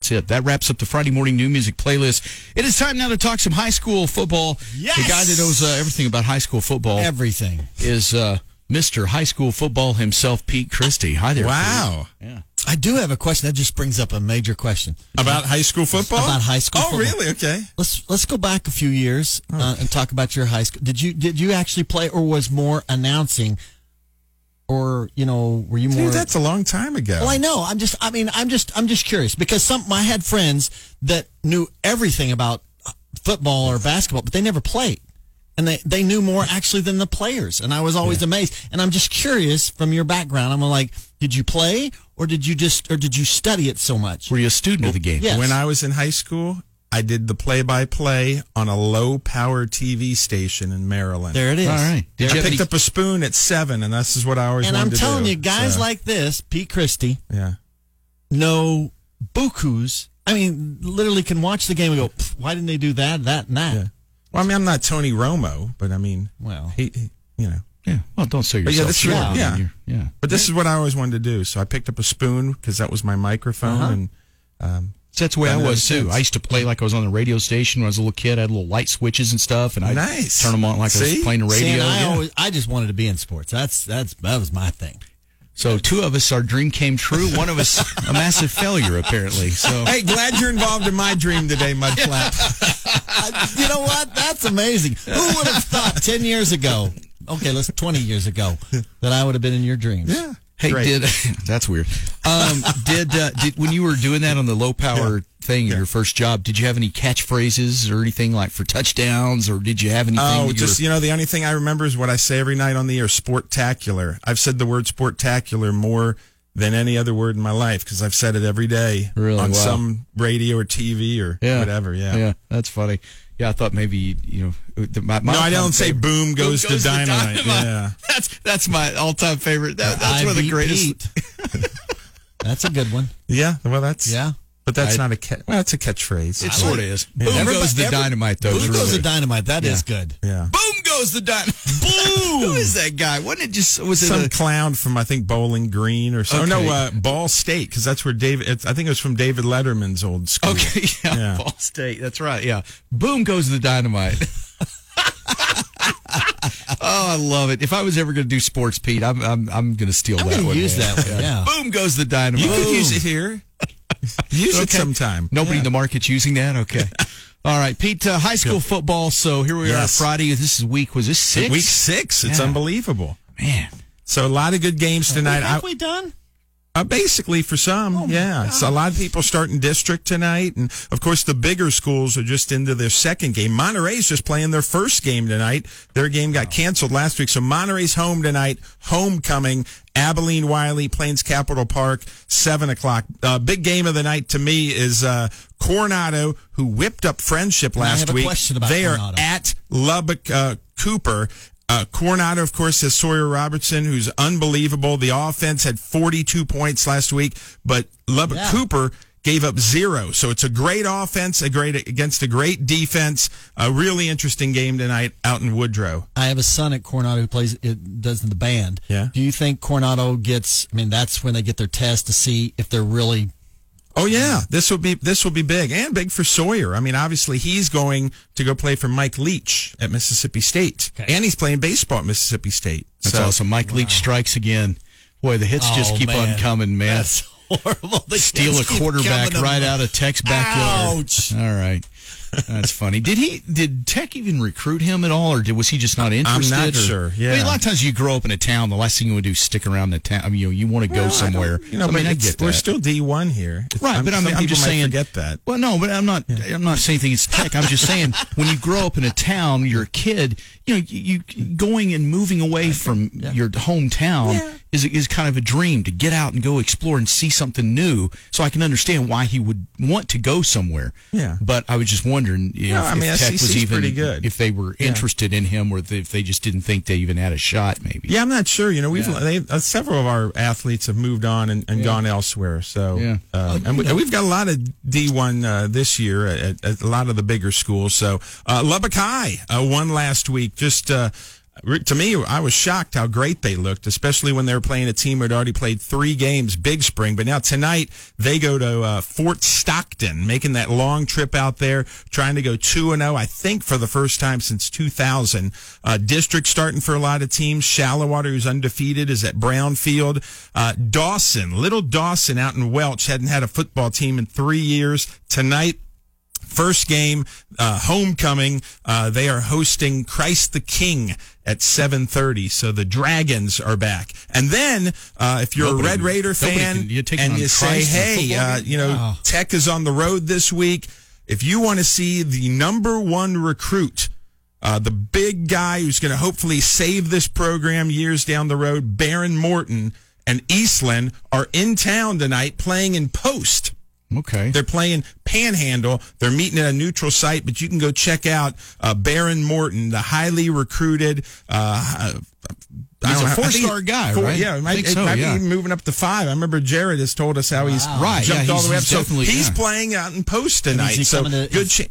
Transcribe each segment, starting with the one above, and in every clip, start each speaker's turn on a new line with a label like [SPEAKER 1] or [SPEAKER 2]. [SPEAKER 1] That's it. That wraps up the Friday morning new music playlist. It is time now to talk some high school football.
[SPEAKER 2] Yes!
[SPEAKER 1] The guy that knows uh, everything about high school football
[SPEAKER 2] Everything.
[SPEAKER 1] is uh, Mr. High School Football himself, Pete Christie. Hi there.
[SPEAKER 3] Wow.
[SPEAKER 1] Pete. Yeah.
[SPEAKER 2] I do have a question. That just brings up a major question.
[SPEAKER 3] About high school football?
[SPEAKER 2] About high school
[SPEAKER 3] Oh,
[SPEAKER 2] football.
[SPEAKER 3] really? Okay.
[SPEAKER 2] Let's let's go back a few years uh, and talk about your high school. Did you did you actually play, or was more announcing, or you know, were you more?
[SPEAKER 3] Dude, that's a long time ago.
[SPEAKER 2] Well, I know. I'm just. I mean, I'm just. I'm just curious because some. I had friends that knew everything about football or basketball, but they never played, and they they knew more actually than the players. And I was always amazed. And I'm just curious from your background. I'm like, did you play or did you just or did you study it so much?
[SPEAKER 1] Were you a student of the game?
[SPEAKER 2] Yes.
[SPEAKER 3] When I was in high school, I did the play by play on a low power TV station in Maryland.
[SPEAKER 2] there it is.
[SPEAKER 1] All right. Did
[SPEAKER 3] I
[SPEAKER 1] you have
[SPEAKER 3] picked
[SPEAKER 1] any-
[SPEAKER 3] up a spoon at seven, and this is what I always
[SPEAKER 2] And
[SPEAKER 3] wanted
[SPEAKER 2] I'm
[SPEAKER 3] to
[SPEAKER 2] telling
[SPEAKER 3] do,
[SPEAKER 2] you, guys
[SPEAKER 3] so,
[SPEAKER 2] like this, Pete Christie,
[SPEAKER 3] Yeah.
[SPEAKER 2] know bukus. I mean, literally can watch the game and go, "Pff, why didn't they do that, that, and that?
[SPEAKER 3] Yeah. Well, I mean, I'm not Tony Romo, but I mean,
[SPEAKER 2] Well,
[SPEAKER 3] he, he you know.
[SPEAKER 1] Yeah. Well, don't sell
[SPEAKER 3] But
[SPEAKER 1] yourself.
[SPEAKER 3] yeah, that's true.
[SPEAKER 1] short. I mean,
[SPEAKER 3] Yeah.
[SPEAKER 1] you're- yeah.
[SPEAKER 3] But this is what I always wanted to do. So I picked up a spoon because that was my microphone,
[SPEAKER 2] Uh-huh.
[SPEAKER 3] and um,
[SPEAKER 1] So that's the way I
[SPEAKER 3] Done that
[SPEAKER 1] was too.
[SPEAKER 3] since.
[SPEAKER 1] I used to play like I was on the radio station when I was a little kid. I had little light switches and stuff, and I
[SPEAKER 3] Nice.
[SPEAKER 1] turn them on like I was
[SPEAKER 3] See?
[SPEAKER 1] playing the
[SPEAKER 2] See,
[SPEAKER 1] radio.
[SPEAKER 2] and I
[SPEAKER 1] Yeah.
[SPEAKER 2] always, I just wanted to be in sports. That's that's that was my thing.
[SPEAKER 1] So two of us, our dream came true. One of us, a massive failure apparently. So
[SPEAKER 3] hey, glad you're involved in my dream today, Mudflap.
[SPEAKER 2] I- you know what? That's amazing. Who would have thought ten years ago? Okay, let's twenty years ago that I would have been in your dreams.
[SPEAKER 3] yeah.
[SPEAKER 1] Hey,
[SPEAKER 3] Great.
[SPEAKER 1] did that's weird? Um, did uh, did when you were doing that on the low power thing, your first job? Did you have any catchphrases or anything like for touchdowns, or did you have anything? that
[SPEAKER 3] Oh,
[SPEAKER 1] you
[SPEAKER 3] just
[SPEAKER 1] were-
[SPEAKER 3] you know, the only thing I remember is what I say every night on the air: "Sportacular." I've said the word "sportacular" more than any other word in my life because I've said it every day
[SPEAKER 1] Really?
[SPEAKER 3] on
[SPEAKER 1] Wow.
[SPEAKER 3] some radio or TV or whatever. Yeah.
[SPEAKER 1] yeah, that's funny. Yeah, I thought maybe you, you know the- my, my
[SPEAKER 3] No, I don't say
[SPEAKER 1] all-time
[SPEAKER 3] "boom
[SPEAKER 1] favorite-
[SPEAKER 3] goes, to dynamite." Yeah.
[SPEAKER 1] That's that's my all time favorite. That, that's
[SPEAKER 2] I
[SPEAKER 1] one of the
[SPEAKER 2] beat
[SPEAKER 1] greatest.
[SPEAKER 2] Pete. that's a good one.
[SPEAKER 3] Yeah. Well, that's
[SPEAKER 2] Yeah.
[SPEAKER 3] but that's not a catch. Well, it's a catchphrase.
[SPEAKER 1] It sort of is. Boom
[SPEAKER 2] Everybody-
[SPEAKER 1] goes the
[SPEAKER 2] every-
[SPEAKER 1] dynamite though.
[SPEAKER 2] Who
[SPEAKER 1] is
[SPEAKER 2] goes
[SPEAKER 1] really-
[SPEAKER 2] to dynamite? That is good.
[SPEAKER 3] yeah.
[SPEAKER 1] Boom goes the dynamite. Boom. Who is that guy? Wasn't it just was it
[SPEAKER 3] Some
[SPEAKER 1] a-
[SPEAKER 3] clown from I think Bowling Green or something.
[SPEAKER 1] Okay.
[SPEAKER 3] no, uh, Ball State because that's where David. It's, I think it was from David Letterman's old school.
[SPEAKER 1] Okay, yeah,
[SPEAKER 3] Yeah.
[SPEAKER 1] Ball State. That's right. Yeah, boom goes the dynamite. oh, I love it. If I was ever going to do sports, Pete, I'm I'm, I'm going to steal
[SPEAKER 2] I'm
[SPEAKER 1] that
[SPEAKER 2] going
[SPEAKER 1] one.
[SPEAKER 2] to use
[SPEAKER 1] man.
[SPEAKER 2] that one. Yeah.
[SPEAKER 1] Boom goes the dynamite.
[SPEAKER 3] You could
[SPEAKER 1] Boom.
[SPEAKER 3] use it here. use it
[SPEAKER 1] Okay.
[SPEAKER 3] sometime.
[SPEAKER 1] Nobody in the market's using that. Okay. All right, Pete. Uh, high school football. So here we
[SPEAKER 3] Yes.
[SPEAKER 1] are, Friday. This is week. Was this six?
[SPEAKER 3] Week six. It's
[SPEAKER 1] Yeah.
[SPEAKER 3] unbelievable.
[SPEAKER 1] Man,
[SPEAKER 3] So a lot of good games tonight. I,
[SPEAKER 2] Have we Oh done?
[SPEAKER 3] uh, basically, for some, yeah. So a lot of people starting district tonight, and of course the bigger schools are just into their second game. Monterey's just playing their first game tonight. Their game got canceled last week, so Monterey's home tonight. Homecoming. Abilene Wiley, Plains Capital Park, seven o'clock. Uh, big game of the night to me is uh, Coronado, who whipped up friendship
[SPEAKER 2] I
[SPEAKER 3] last
[SPEAKER 2] have a
[SPEAKER 3] week.
[SPEAKER 2] question about
[SPEAKER 3] they are
[SPEAKER 2] Coronado.
[SPEAKER 3] at Lubbock uh, Cooper. Uh, Coronado, of course, has Sawyer Robertson, who's unbelievable. The offense had 42 points last week, but Lubbock
[SPEAKER 2] Yeah.
[SPEAKER 3] Cooper gave up zero. So it's a great offense, a great against a great defense. A really interesting game tonight out in Woodrow.
[SPEAKER 2] I have a son at Coronado who plays it does the band.
[SPEAKER 3] Yeah.
[SPEAKER 2] Do you think Coronado gets? I mean, that's when they get their test to see if they're really.
[SPEAKER 3] Oh yeah, this will be this will be big and big for Sawyer. I mean, obviously he's going to go play for Mike Leach at Mississippi State,
[SPEAKER 2] Okay.
[SPEAKER 3] and he's playing baseball at Mississippi State.
[SPEAKER 1] that's
[SPEAKER 3] So-
[SPEAKER 1] awesome. Mike Leach strikes again. Boy, the hits just
[SPEAKER 2] Oh,
[SPEAKER 1] keep on
[SPEAKER 2] man.
[SPEAKER 1] coming, man.
[SPEAKER 2] That's horrible. They
[SPEAKER 1] steal a
[SPEAKER 2] just keep
[SPEAKER 1] quarterback
[SPEAKER 2] coming to-
[SPEAKER 1] right out of Tech's backyard.
[SPEAKER 2] Ouch.
[SPEAKER 1] All right. That's funny. Did he? Did Tech even recruit him at all, or did, was he just not interested?
[SPEAKER 3] not
[SPEAKER 1] or-
[SPEAKER 3] sure,
[SPEAKER 1] I mean,
[SPEAKER 3] yeah.
[SPEAKER 1] a lot of times you grow up in a town. The last thing you want to do is stick around the town. I mean, you know, you want to go
[SPEAKER 3] Well, I don't-
[SPEAKER 1] somewhere.
[SPEAKER 3] You know,
[SPEAKER 1] So, I
[SPEAKER 3] but
[SPEAKER 1] mean, I
[SPEAKER 3] it's-
[SPEAKER 1] get that.
[SPEAKER 3] We're still D one here, It's-
[SPEAKER 1] Right,
[SPEAKER 3] I'm-
[SPEAKER 1] but I'm,
[SPEAKER 3] some
[SPEAKER 1] I'm
[SPEAKER 3] people
[SPEAKER 1] just
[SPEAKER 3] might
[SPEAKER 1] saying.
[SPEAKER 3] Forget that.
[SPEAKER 1] Well, no, but I'm not. I'm not saying anything. It's tech. I'm just saying when you grow up in a town, you're a kid. You know, you, you going and moving away from your hometown is is kind of a dream to get out and go explore and see something new. So I can understand why he would want to go somewhere.
[SPEAKER 3] Yeah.
[SPEAKER 1] But I was just wondering if,
[SPEAKER 3] No, I mean,
[SPEAKER 1] if Tech
[SPEAKER 3] SEC
[SPEAKER 1] was
[SPEAKER 3] 's E
[SPEAKER 1] even
[SPEAKER 3] pretty good.
[SPEAKER 1] if they were interested in him or if they just didn't think they even had a shot. Maybe.
[SPEAKER 3] Yeah, I'm not sure. You know, we've they, uh, several of our athletes have moved on and, and gone elsewhere. So,
[SPEAKER 1] Yeah.
[SPEAKER 3] uh, and we, we've got a lot of D1 uh, this year at, at a lot of the bigger schools. So, uh, Lubbock High uh, won last week. Just uh, re- to me, I was shocked how great they looked, especially when they were playing a team who had already played three games, Big Spring. But now tonight they go to uh, Fort Stockton, making that long trip out there, trying to go two and zero. I think for the first time since 2000. Uh, district starting for a lot of teams. Shallowater, who's undefeated, is at Brownfield. Uh, Dawson, little Dawson out in Welch, hadn't had a football team in three years. Tonight, first game, uh, homecoming. Uh, they are hosting Christ the King at 7.30 so the dragons are back and then uh, if you're
[SPEAKER 1] Nobody-
[SPEAKER 3] a red raider
[SPEAKER 1] nobody
[SPEAKER 3] fan
[SPEAKER 1] can- you're taking
[SPEAKER 3] and
[SPEAKER 1] on
[SPEAKER 3] you say
[SPEAKER 1] Christ in a
[SPEAKER 3] hey
[SPEAKER 1] football Oh.
[SPEAKER 3] uh,
[SPEAKER 1] game?
[SPEAKER 3] you know
[SPEAKER 2] Wow.
[SPEAKER 3] tech is on the road this week if you want to see the number one recruit uh, the big guy who's going to hopefully save this program years down the road, Baron Morton and Eastland are in town tonight playing in post.
[SPEAKER 1] Okay.
[SPEAKER 3] They're playing Panhandle. They're meeting at a neutral site, but you can go check out uh, Baron Morton, the highly recruited. Uh, I
[SPEAKER 1] He's
[SPEAKER 3] don't
[SPEAKER 1] a
[SPEAKER 3] know, I think-
[SPEAKER 1] four-star guy, right?
[SPEAKER 3] Yeah, it
[SPEAKER 1] I
[SPEAKER 3] might,
[SPEAKER 1] think
[SPEAKER 3] it
[SPEAKER 1] so,
[SPEAKER 3] might
[SPEAKER 1] yeah.
[SPEAKER 3] be even moving up to five. I remember Jared has told us how he's
[SPEAKER 1] Right,
[SPEAKER 3] jumped
[SPEAKER 1] yeah,
[SPEAKER 3] all the way up.
[SPEAKER 1] he's- he's
[SPEAKER 3] So
[SPEAKER 1] definitely-
[SPEAKER 3] he's
[SPEAKER 1] yeah.
[SPEAKER 3] playing out in post tonight.
[SPEAKER 2] he
[SPEAKER 3] so
[SPEAKER 2] coming to-
[SPEAKER 3] good.
[SPEAKER 2] he's-
[SPEAKER 3] Ch-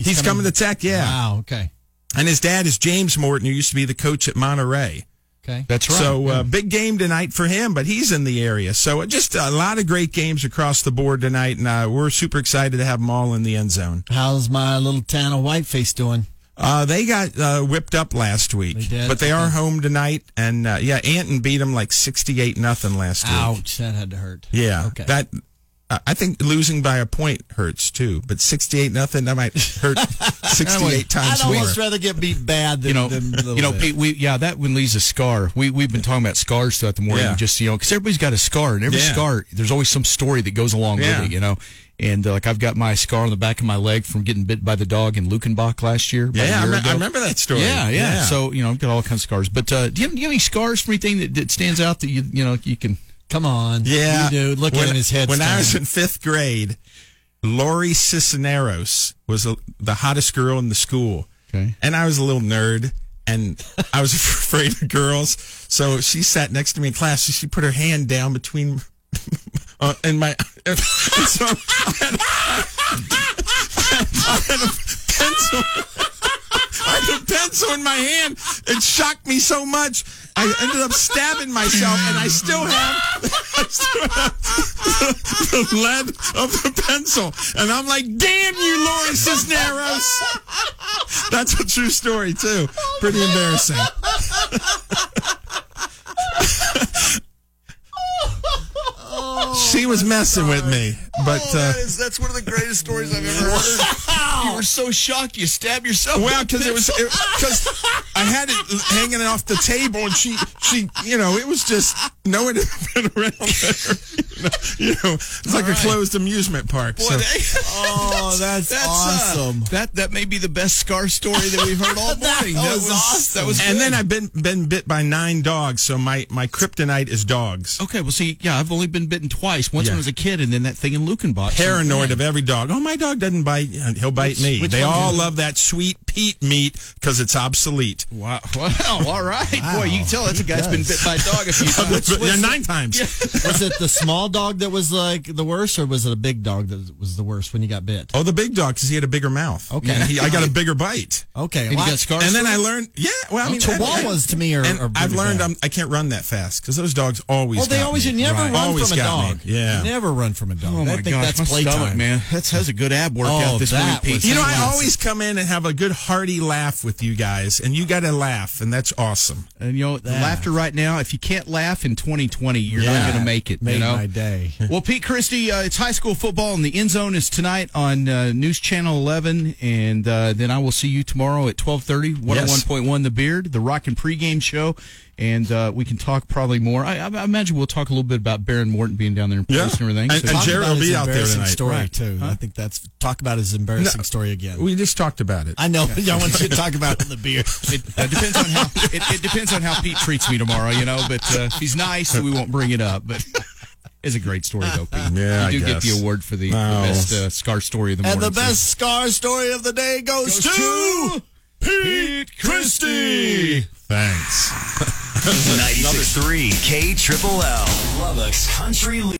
[SPEAKER 3] he's, coming, to Tech. Yeah,
[SPEAKER 2] Wow. Okay.
[SPEAKER 3] and his dad is James Morton, who used to be the coach at Monterey.
[SPEAKER 2] Okay.
[SPEAKER 1] That's right.
[SPEAKER 3] So uh, big game tonight for him, but he's in the area. So uh, just a lot of great games across the board tonight, and uh, we're super excited to have them all in the end zone.
[SPEAKER 2] How's my little town of Whiteface doing?
[SPEAKER 3] Uh, they got uh, whipped up last week,
[SPEAKER 2] They did?
[SPEAKER 3] but they are home tonight, and uh, yeah, Anton beat them like sixty-eight nothing last week.
[SPEAKER 2] Ouch. That had to hurt.
[SPEAKER 3] Yeah,
[SPEAKER 2] Okay.
[SPEAKER 3] that. I- I think losing by a point hurts too, but sixty-eight nothing that might hurt sixty-eight times
[SPEAKER 2] I'd
[SPEAKER 3] more.
[SPEAKER 2] almost rather get beat bad than
[SPEAKER 1] you know,
[SPEAKER 2] than a little
[SPEAKER 1] you know,
[SPEAKER 2] bit.
[SPEAKER 1] Pete, we yeah, that one leaves a scar. We we've been talking about scars throughout the morning,
[SPEAKER 3] Yeah.
[SPEAKER 1] just you know, because everybody's got a scar, and every
[SPEAKER 3] Yeah.
[SPEAKER 1] scar, there's always some story that goes along
[SPEAKER 3] Yeah.
[SPEAKER 1] with it, you know. And uh, like I've got my scar on the back of my leg from getting bit by the dog in Lukenbach last year. about a
[SPEAKER 3] Yeah, I,
[SPEAKER 1] year
[SPEAKER 3] re-
[SPEAKER 1] ago.
[SPEAKER 3] I remember that story.
[SPEAKER 1] Yeah, yeah, So you know, I've got all kinds of scars. But uh, do, you have, do you have any scars from anything that, that stands out that you you know you can?
[SPEAKER 2] Come on.
[SPEAKER 3] Yeah.
[SPEAKER 2] You do. Look
[SPEAKER 3] when,
[SPEAKER 2] at his head.
[SPEAKER 3] When I was
[SPEAKER 2] standing.
[SPEAKER 3] in fifth grade, Lori Cisneros was a, the hottest girl in the school.
[SPEAKER 1] Okay.
[SPEAKER 3] And I was a little nerd and I was afraid of girls. So she sat next to me in class and she put her hand down between uh, and my. and so I had, I had a pencil. I had a pencil in my hand. It shocked me so much. I ended up stabbing myself, and I still have, I still have the, the lead of the pencil. And I'm like, damn you, Lori Cisneros. That's a true story, too. Pretty embarrassing. she was messing with me, but. Uh,
[SPEAKER 4] Oh, is, that's one of the greatest stories I've ever heard.
[SPEAKER 1] You were so shocked you stabbed yourself.
[SPEAKER 3] Well, because it was because I had it hanging off the table, and she she you know it was just no one had been around there. You know, you know, it's like a closed amusement park. so-
[SPEAKER 2] Oh, that's,
[SPEAKER 1] uh,
[SPEAKER 2] awesome.
[SPEAKER 1] that that may be the best scar story that we've heard all morning.
[SPEAKER 2] That was awesome.
[SPEAKER 1] That was
[SPEAKER 3] and
[SPEAKER 1] good.
[SPEAKER 3] then I've been been bit by nine dogs, so my my kryptonite is dogs.
[SPEAKER 1] Okay, well, see, yeah, I've only been bitten twice. Once
[SPEAKER 3] Yeah.
[SPEAKER 1] when I was a kid, and then that thing in Lukenbach.
[SPEAKER 3] Paranoid of every dog. Oh, my dog doesn't bite. uh, He'll bite me.
[SPEAKER 2] which
[SPEAKER 3] they
[SPEAKER 2] one
[SPEAKER 3] all
[SPEAKER 2] is it?
[SPEAKER 3] love that sweet Pete meat because it's obsolete.
[SPEAKER 1] Wow. Wow. All right. Boy, you can tell that's a guy's been bit by a dog a few times.
[SPEAKER 3] yeah, nine times.
[SPEAKER 2] was it the small dog that was like the worst, or was it a big dog that was the worst when you got bit?
[SPEAKER 3] Oh, the big dog because he had a bigger mouth.
[SPEAKER 2] Okay.
[SPEAKER 3] And he, I got a bigger bite.
[SPEAKER 2] Okay.
[SPEAKER 1] Oh. And you
[SPEAKER 2] well, I-
[SPEAKER 1] got scars.
[SPEAKER 3] and then I learned, yeah. Well, I mean,
[SPEAKER 2] Chihuahuas to me are.
[SPEAKER 3] and
[SPEAKER 2] are
[SPEAKER 3] I've
[SPEAKER 2] pretty
[SPEAKER 3] learned
[SPEAKER 2] bad.
[SPEAKER 3] I'm, I can't run that fast because those dogs always.
[SPEAKER 2] Well, they
[SPEAKER 3] got
[SPEAKER 2] always
[SPEAKER 3] me.
[SPEAKER 2] you never
[SPEAKER 3] Right.
[SPEAKER 2] run
[SPEAKER 3] Always
[SPEAKER 2] from a
[SPEAKER 3] got me.
[SPEAKER 2] dog.
[SPEAKER 3] Yeah.
[SPEAKER 2] You never run from a dog.
[SPEAKER 1] oh my
[SPEAKER 2] I think
[SPEAKER 1] gosh,
[SPEAKER 2] that's
[SPEAKER 1] my
[SPEAKER 2] playtime,
[SPEAKER 1] stomach, man. That's has a good ab workout
[SPEAKER 2] Oh,
[SPEAKER 1] this morning,
[SPEAKER 2] that
[SPEAKER 1] Pete.
[SPEAKER 2] was-
[SPEAKER 3] you know, I
[SPEAKER 2] Classic.
[SPEAKER 3] always come in and have a good hearty laugh with you guys, and you got to laugh, and that's awesome.
[SPEAKER 1] and you know, the laughter right now. If you can't laugh in 2020, you're
[SPEAKER 3] Yeah.
[SPEAKER 1] not going to make it.
[SPEAKER 2] Made
[SPEAKER 1] you know?
[SPEAKER 2] my day.
[SPEAKER 1] Well, Pete Christie, uh, it's high school football, and the end zone is tonight on uh, News Channel 11. And oh uh, then I will see you tomorrow at 1230, 101.1 The Beard, the Rock and Pregame Show, and uh, we can talk probably more. I, I I imagine we'll talk a little bit about Baron Morton being down there in
[SPEAKER 3] Yeah.
[SPEAKER 1] person and everything.
[SPEAKER 3] And- and
[SPEAKER 2] Talk
[SPEAKER 3] Jared
[SPEAKER 2] about
[SPEAKER 3] will be
[SPEAKER 2] his
[SPEAKER 3] out there
[SPEAKER 2] embarrassing
[SPEAKER 3] tonight.
[SPEAKER 2] Story
[SPEAKER 3] Right.
[SPEAKER 2] too. I think that's talk about his embarrassing
[SPEAKER 3] No.
[SPEAKER 2] story again.
[SPEAKER 3] We just talked about it.
[SPEAKER 2] I know. but I want you to talk about the beer.
[SPEAKER 1] It uh, depends on how it, it depends on how Pete treats me tomorrow, you know. But uh, if he's nice, we won't bring it up. But it's a great story, though, Pete.
[SPEAKER 3] Yeah, I
[SPEAKER 1] you do get
[SPEAKER 3] guess.
[SPEAKER 1] the award for the,
[SPEAKER 3] Oh.
[SPEAKER 1] the best uh, scar story of the
[SPEAKER 2] And
[SPEAKER 1] morning.
[SPEAKER 2] the
[SPEAKER 1] too.
[SPEAKER 2] best scar story of the day goes,
[SPEAKER 1] Goes
[SPEAKER 2] to.
[SPEAKER 1] Pete Christie.
[SPEAKER 3] Thanks.
[SPEAKER 5] Ninety-six three K Triple L Lubbock's Country.